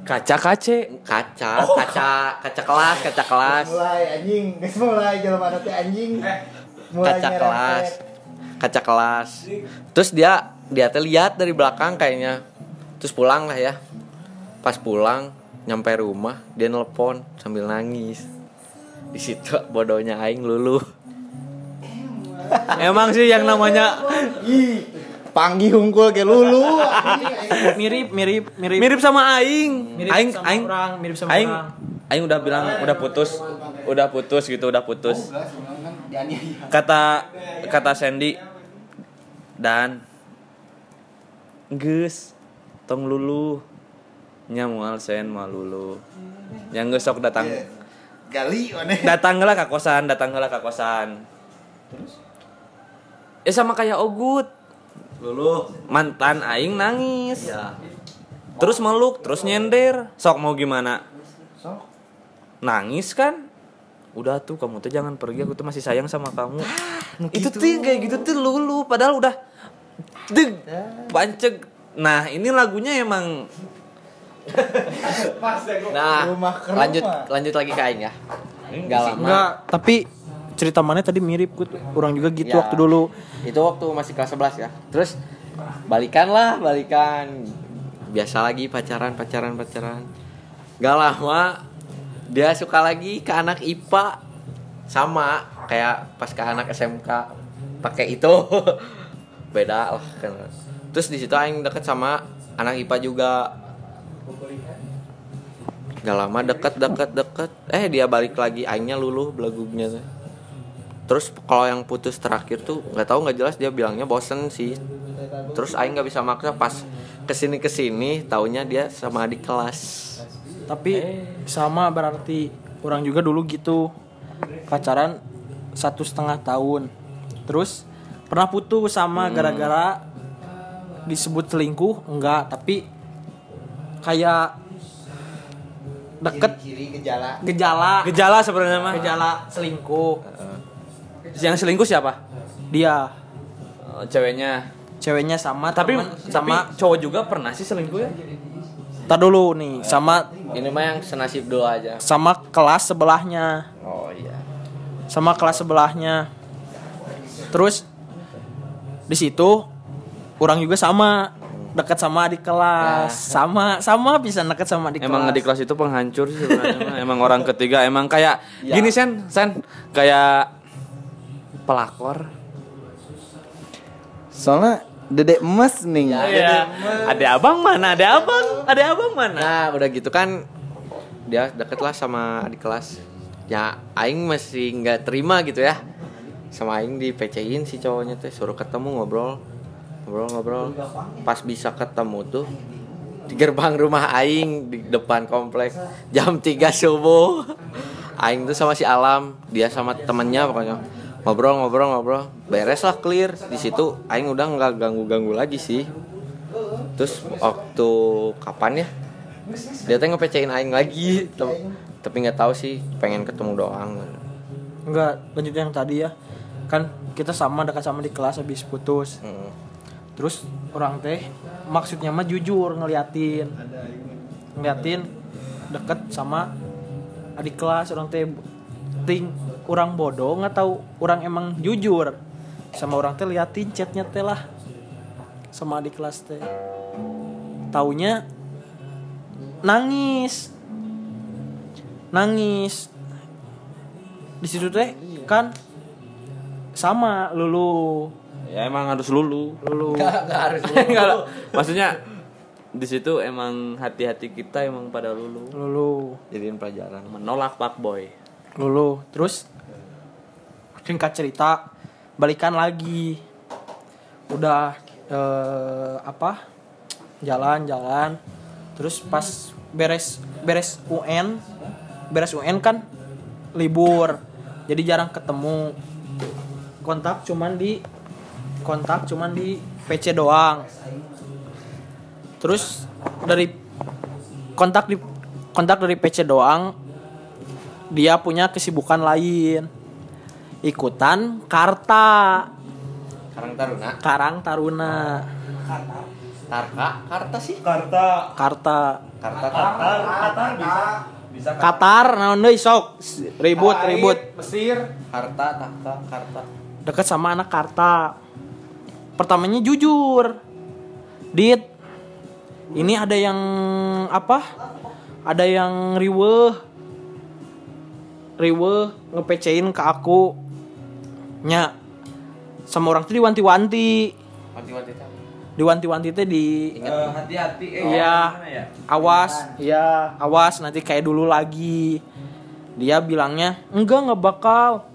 [SPEAKER 1] Kaca-kace.
[SPEAKER 6] kaca,
[SPEAKER 2] Oh.
[SPEAKER 6] kaca, kaca kelas, kaca kelas.
[SPEAKER 5] Mulai anjing, guys mulai jalan mana teh anjing.
[SPEAKER 6] kaca
[SPEAKER 5] nyerempet.
[SPEAKER 6] kelas kaca kelas terus dia dia teh lihat dari belakang kayaknya terus pulang lah ya pas pulang nyampe rumah dia nelpon sambil nangis di situ bodohnya aing lulu
[SPEAKER 1] Emang sih yang namanya
[SPEAKER 5] Ih, panggi hungkul ke lulu.
[SPEAKER 2] mirip mirip mirip
[SPEAKER 1] mirip sama aing.
[SPEAKER 2] Mirip
[SPEAKER 1] aing
[SPEAKER 2] sama
[SPEAKER 1] aing
[SPEAKER 2] orang, mirip sama
[SPEAKER 1] aing
[SPEAKER 2] orang.
[SPEAKER 1] aing udah bilang udah putus. Udah putus gitu, udah putus. Kata kata Sandy dan geus tong lulu nya moal sen moal lulu yang geus sok datang
[SPEAKER 5] Gali one.
[SPEAKER 1] datang heula ka kosan datang heula ka kosan terus eh sama kayak ogut lulu mantan aing nangis terus meluk terus nyender sok mau gimana nangis kan udah tuh kamu tuh jangan pergi aku tuh masih sayang sama kamu itu tuh yang kayak gitu tuh lulu padahal udah deg panceg nah ini lagunya emang
[SPEAKER 6] Nah,
[SPEAKER 5] Rumah ke
[SPEAKER 6] lanjut
[SPEAKER 5] rumah.
[SPEAKER 6] lanjut lagi ke aing ya. Enggak lama.
[SPEAKER 2] Enggak, tapi cerita mana tadi mirip gitu. Orang juga gitu
[SPEAKER 6] Ya.
[SPEAKER 2] waktu dulu.
[SPEAKER 6] Itu waktu masih kelas 11 ya. Terus balikan lah, balikan. Biasa lagi pacaran, pacaran, pacaran. Enggak lama dia suka lagi ke anak IPA sama kayak pas ke anak SMK pakai itu beda lah kan terus di situ aing deket sama anak IPA juga Gak lama deket deket deket Eh dia balik lagi Aingnya luluh belagugnya tuh. Terus kalau yang putus terakhir tuh nggak tahu nggak jelas dia bilangnya bosen sih Terus Aing nggak bisa maksa pas kesini kesini taunya dia sama adik kelas
[SPEAKER 2] Tapi sama berarti orang juga dulu gitu. Pacaran satu setengah tahun. Terus pernah putus sama gara-gara disebut selingkuh enggak tapi kayak deket
[SPEAKER 5] Ciri gejala.
[SPEAKER 2] gejala
[SPEAKER 1] gejala sebenarnya mah Eh,
[SPEAKER 2] gejala selingkuh
[SPEAKER 1] yang selingkuh siapa
[SPEAKER 2] dia
[SPEAKER 1] Eh, ceweknya
[SPEAKER 2] ceweknya sama
[SPEAKER 1] tapi
[SPEAKER 2] temen
[SPEAKER 1] sama
[SPEAKER 2] sama
[SPEAKER 1] cowok juga pernah sih selingkuh ya
[SPEAKER 2] tar dulu nih sama
[SPEAKER 6] Ini mah yang senasib dulu aja
[SPEAKER 2] sama kelas sebelahnya
[SPEAKER 6] Oh iya
[SPEAKER 2] sama kelas sebelahnya. Terus di situ orang juga sama dekat sama adik kelas, sama sama bisa dekat sama adik
[SPEAKER 1] Ya. Emang
[SPEAKER 2] kelas.
[SPEAKER 1] adik kelas itu penghancur sih sebenarnya. mah. emang orang ketiga emang kayak gini Sen, Sen kayak pelakor.
[SPEAKER 5] Soalnya dedek emas nih.
[SPEAKER 6] Ya.
[SPEAKER 1] Iya. Ada abang mana? Ada abang? Ada abang mana?
[SPEAKER 6] Nah udah gitu kan dia deket lah sama adik kelas Ya Aing masih nggak terima gitu ya Sama Aing di in si cowoknya tuh Suruh ketemu ngobrol Ngobrol-ngobrol Pas bisa ketemu tuh Di gerbang rumah Aing Di depan komplek Jam 3 subuh Aing tuh sama si Alam Dia sama temennya pokoknya Ngobrol-ngobrol-ngobrol Beres lah clear di situ Aing udah nggak ganggu-ganggu lagi sih Terus waktu kapan ya? Dia teh ngepecein aing lagi. Tem- Tapi nggak tahu sih, pengen ketemu doang.
[SPEAKER 2] Enggak, lanjut yang tadi ya. Kan kita sama dekat sama adik kelas habis putus.
[SPEAKER 6] Mm.
[SPEAKER 2] Terus orang teh maksudnya mah jujur ngeliatin. Ngeliatin deket sama adik kelas orang teh ting orang bodoh nggak tahu orang emang jujur sama orang teh liatin chatnya teh lah sama adik kelas teh taunya nangis nangis di situ teh kan sama lulu
[SPEAKER 1] Ya emang harus lulu.
[SPEAKER 2] lulu
[SPEAKER 1] Enggak lah. Maksudnya di situ emang hati-hati kita emang pada lulu.
[SPEAKER 2] lulu
[SPEAKER 6] Jadiin pelajaran.
[SPEAKER 1] Menolak Pak Boy.
[SPEAKER 2] lulu terus singkat cerita balikan lagi udah eh, apa jalan-jalan terus pas beres beres UN beres UN kan libur jadi jarang ketemu kontak cuman di kontak cuman di PC doang terus dari kontak di kontak dari PC doang dia punya kesibukan lain ikutan Karta
[SPEAKER 6] Karang Taruna.
[SPEAKER 2] Karang Taruna
[SPEAKER 6] Tarka, Karta sih.
[SPEAKER 2] Karta
[SPEAKER 6] Karta, Karta.
[SPEAKER 2] Qatar naon deui sok ribut ribut
[SPEAKER 6] Harta, Tahta, Karta.
[SPEAKER 2] dekat sama anak Karta pertamanya jujur dit ini ada yang apa ada yang riweh riweh ngepecein ke aku nya sama orang tuh diwanti-wanti
[SPEAKER 6] Wanti-wanti teh.
[SPEAKER 2] diwanti-wanti teh di
[SPEAKER 6] Eh,
[SPEAKER 1] hati-hati
[SPEAKER 2] Iya.
[SPEAKER 1] ya?
[SPEAKER 6] ya?
[SPEAKER 2] Awas, iya, awas nanti kayak dulu lagi. Dia bilangnya, "Enggak, nggak bakal."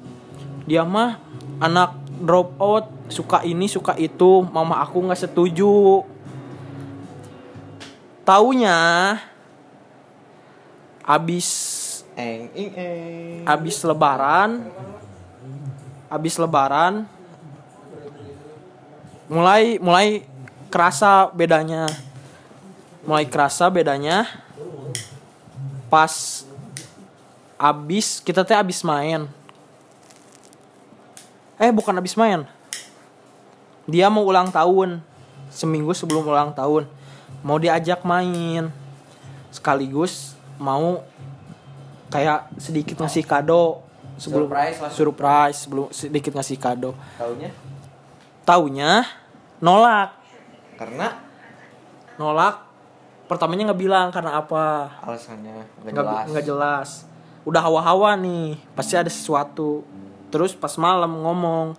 [SPEAKER 2] Dia mah anak drop out, suka ini, suka itu, mama aku nggak setuju. Taunya abis
[SPEAKER 6] Eng ing eng.
[SPEAKER 2] abis lebaran abis lebaran mulai mulai kerasa bedanya mulai kerasa bedanya pas abis kita teh abis main eh bukan abis main dia mau ulang tahun seminggu sebelum ulang tahun mau diajak main sekaligus mau kayak sedikit ngasih kado sebelum
[SPEAKER 6] Surprise lah.
[SPEAKER 2] surprise sebelum sedikit ngasih kado
[SPEAKER 6] Taunya
[SPEAKER 2] taunya nolak
[SPEAKER 6] karena
[SPEAKER 2] nolak pertamanya nggak bilang karena apa
[SPEAKER 6] alasannya nggak
[SPEAKER 2] nggak
[SPEAKER 6] jelas.
[SPEAKER 2] nggak jelas udah hawa-hawa nih pasti ada sesuatu terus pas malam ngomong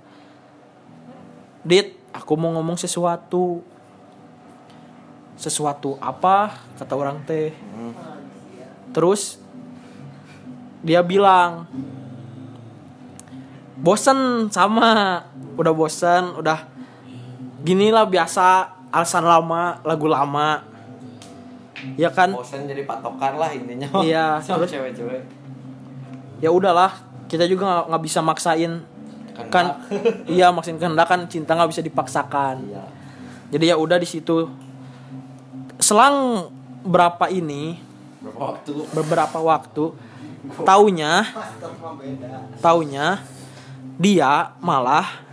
[SPEAKER 2] dit aku mau ngomong sesuatu sesuatu apa kata orang teh terus dia bilang bosen sama udah bosen udah ginilah biasa alasan lama lagu lama ya kan
[SPEAKER 6] Bosan jadi patokan lah intinya.
[SPEAKER 2] Iya,
[SPEAKER 6] Sama
[SPEAKER 2] terus-
[SPEAKER 6] cewek-cewek.
[SPEAKER 2] ya udahlah kita juga nggak- nggak bisa maksain kan iya maksain kehendak kan cinta nggak bisa dipaksakan jadi ya udah di situ selang berapa ini beberapa waktu taunya taunya dia malah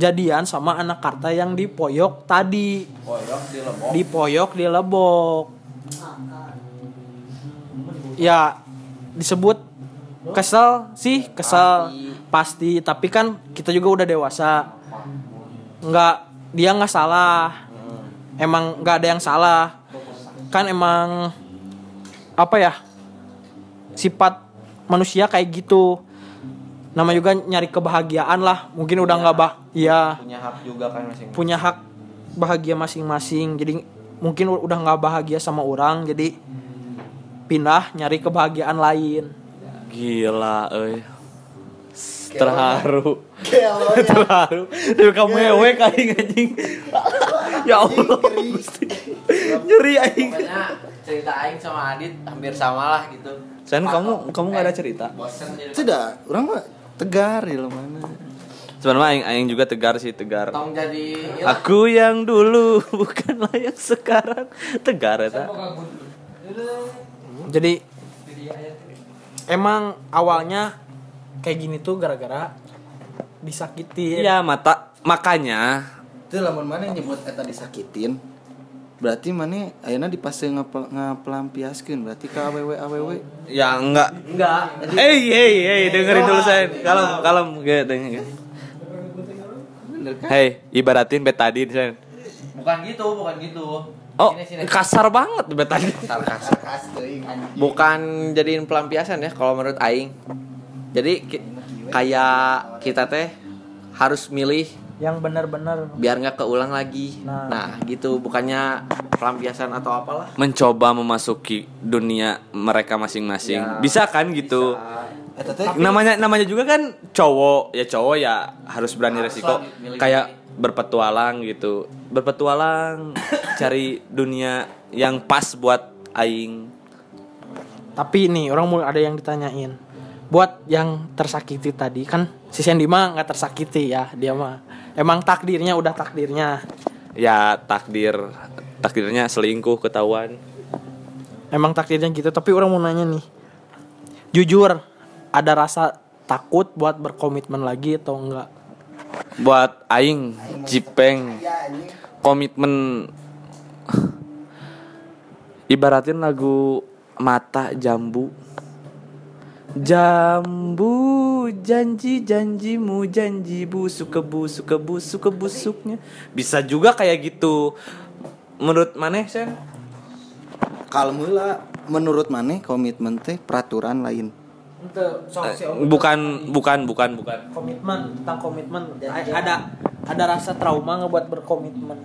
[SPEAKER 2] jadian sama anak Karta yang di Poyok tadi di Poyok di Lebok ya disebut kesel sih kesel pasti tapi kan kita juga udah dewasa nggak dia nggak salah emang nggak ada yang salah kan emang apa ya sifat manusia kayak gitu nama juga nyari kebahagiaan lah mungkin udah nggak bah ya
[SPEAKER 6] Punya hak juga kan masing-masing.
[SPEAKER 2] punya hak bahagia masing-masing jadi mungkin u- udah nggak bahagia sama orang jadi pindah nyari kebahagiaan lain
[SPEAKER 1] Gila, euy. Terharu. Terharu. Dari kamu ewek aing anjing. Ya Allah. Gusti. Nyeri aing.
[SPEAKER 6] Pokoknya cerita Aing sama Adit hampir sama lah gitu.
[SPEAKER 1] Sen kamu kamu nggak ada cerita?
[SPEAKER 6] Bosan jadi
[SPEAKER 5] Sudah, orang mah tegar di mana.
[SPEAKER 1] Sebenarnya aing aing juga tegar sih, tegar.
[SPEAKER 6] tong jadi ya,
[SPEAKER 1] Aku yang dulu bukanlah yang sekarang. Tegar eta.
[SPEAKER 2] jadi emang awalnya kayak gini tuh gara-gara disakitin
[SPEAKER 1] Iya, mata makanya
[SPEAKER 5] Itu lamun mana yang nyebut eta disakitin? Berarti mana ayeuna di fase ngapel- ngapelampiaskeun berarti ke awewe-awewe.
[SPEAKER 1] ya enggak
[SPEAKER 6] enggak.
[SPEAKER 1] Eh, eh, eh, dengerin dulu saya. Kalem, kalem, gue dengerin. Hei, ibaratin betadin, Sen.
[SPEAKER 6] kan? Bukan gitu, bukan gitu.
[SPEAKER 1] Oh,
[SPEAKER 6] Sini, sini.
[SPEAKER 1] kasar banget betadin.
[SPEAKER 6] bukan jadiin pelampiasan ya kalau menurut aing. Jadi ki- kayak kita teh harus milih
[SPEAKER 2] yang benar-benar
[SPEAKER 6] biar nggak keulang lagi.
[SPEAKER 2] Nah.
[SPEAKER 6] Nah, gitu bukannya pelampiasan atau apalah.
[SPEAKER 1] Mencoba memasuki dunia mereka masing-masing.
[SPEAKER 6] Ya,
[SPEAKER 1] bisa kan gitu?
[SPEAKER 5] Eta teh
[SPEAKER 1] Namanya namanya juga kan cowok, ya cowok ya harus berani
[SPEAKER 6] Harus
[SPEAKER 1] resiko.
[SPEAKER 6] lah, milih-milih.
[SPEAKER 1] Kayak berpetualang gitu. Berpetualang cari dunia yang pas buat aing.
[SPEAKER 2] tapi ini orang mulai ada yang ditanyain buat yang tersakiti tadi kan si Sandy mah nggak tersakiti ya dia mah emang takdirnya udah takdirnya
[SPEAKER 1] Ya takdir takdirnya selingkuh ketahuan.
[SPEAKER 2] emang takdirnya gitu tapi orang mau nanya nih jujur ada rasa takut buat berkomitmen lagi atau enggak
[SPEAKER 1] buat aing jipeng komitmen ibaratin lagu mata jambu jambu janji janjimu janji busuk ke busuk ke busuk ke busuknya bisa juga kayak gitu menurut maneh sen
[SPEAKER 5] kalem heula menurut mana komitmen teh peraturan lain.
[SPEAKER 1] Eh, bukan bukan bukan bukan
[SPEAKER 2] komitmen tentang komitmen ada ada rasa trauma ngebuat berkomitmen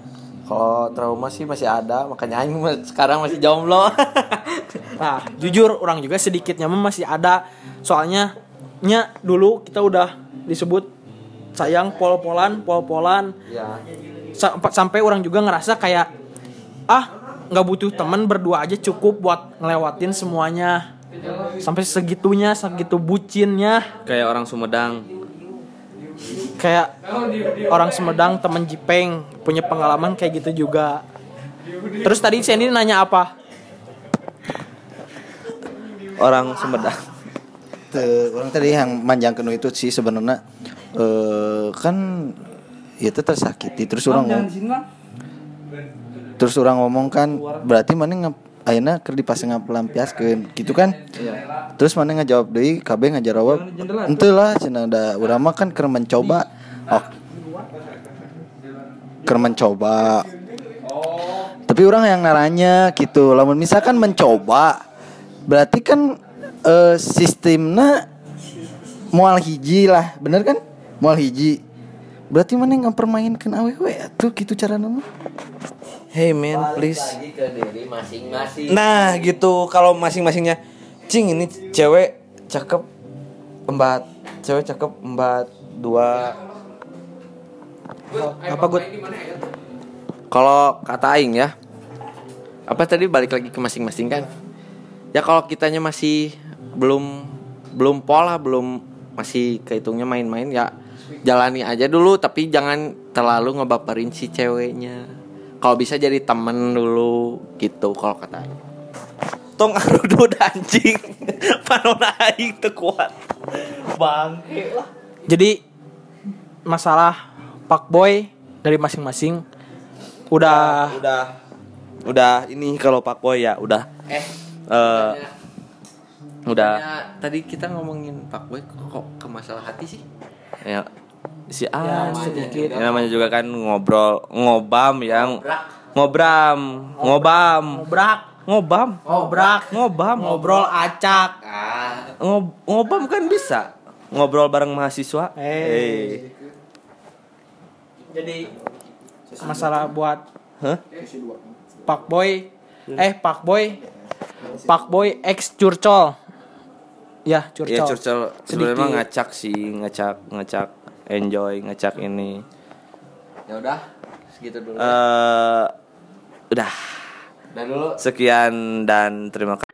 [SPEAKER 6] Kalau trauma sih masih ada, makanya aing ma- sekarang masih jomblo.
[SPEAKER 2] nah jujur orang juga sedikitnya mah masih ada soalnya nya dulu kita udah disebut sayang pol-polan pol-polan
[SPEAKER 1] Iya.
[SPEAKER 6] ya.
[SPEAKER 2] sampai sampai orang juga ngerasa kayak ah nggak butuh teman berdua aja cukup buat ngelewatin semuanya sampai segitunya segitu bucinnya
[SPEAKER 1] kayak orang Sumedang
[SPEAKER 2] kayak orang Sumedang temen Jipeng punya pengalaman kayak gitu juga terus tadi Sandy nanya apa
[SPEAKER 1] orang Sumedang
[SPEAKER 5] Tuh, orang tadi yang manjang kenu itu sih sebenarnya eh kan itu tersakiti terus orang ngom- terus orang ngomong kan berarti mana nge ayeuna keur dipasang pelampiaskeun gitu kan terus mana ngejawab deui KB ngajarawab henteu lah cenah da urang mah kan keur mencoba oh, keur mencoba tapi orang yang naranya gitu lamun misalkan mencoba berarti kan eh, sistemnya mual hiji lah bener kan mual hiji berarti mana yang mempermainkan aww tuh gitu cara nama
[SPEAKER 1] hey man
[SPEAKER 6] Balik
[SPEAKER 1] please
[SPEAKER 6] lagi ke diri masing-masing
[SPEAKER 1] Nah gitu kalau masing-masingnya Cing ini cewek cakep empat Cewek cakep empat Dua
[SPEAKER 2] apa gue
[SPEAKER 6] Kalau kata Aing ya Apa tadi balik lagi ke masing-masing kan Ya kalau kitanya masih Belum Belum pola Belum Masih kehitungnya main-main ya Jalani aja dulu Tapi jangan terlalu ngebaperin si ceweknya Kalau bisa jadi temen dulu Gitu kalau kata Aing
[SPEAKER 1] Tong arudo anjing Panona aing teu kuat Bangke lah
[SPEAKER 2] jadi masalah pak boy dari masing-masing udah
[SPEAKER 1] Udah Udah ini kalau Pak Boy ya udah
[SPEAKER 6] Eh
[SPEAKER 1] Eh, Udah
[SPEAKER 6] Udah Ya, Tadi kita ngomongin Pak Boy Kok ke masalah hati sih
[SPEAKER 1] ya, Si
[SPEAKER 2] ya,
[SPEAKER 1] A Ya,
[SPEAKER 2] sedikit
[SPEAKER 1] namanya juga kan ngobrol Ngobam yang Ngobram Ngobam
[SPEAKER 2] ngobrak
[SPEAKER 1] Ngobam
[SPEAKER 2] ngobrak
[SPEAKER 1] Ngobam
[SPEAKER 2] ngobrol acak
[SPEAKER 6] Ah
[SPEAKER 1] Ngob- ngobam kan bisa ngobrol bareng mahasiswa.
[SPEAKER 2] Eh. jadi masalah buat
[SPEAKER 1] Hah?
[SPEAKER 2] pak boy eh pak boy pak boy ex curcol ya curcol
[SPEAKER 1] Ya curcol
[SPEAKER 2] Sedikit.
[SPEAKER 1] sebenarnya mah ngacak sih, ngacak ngacak enjoy, ngacak ini.
[SPEAKER 6] Ya udah Segitu dulu
[SPEAKER 1] Eh udah
[SPEAKER 6] Dan dulu
[SPEAKER 1] sekian dan terima kasih.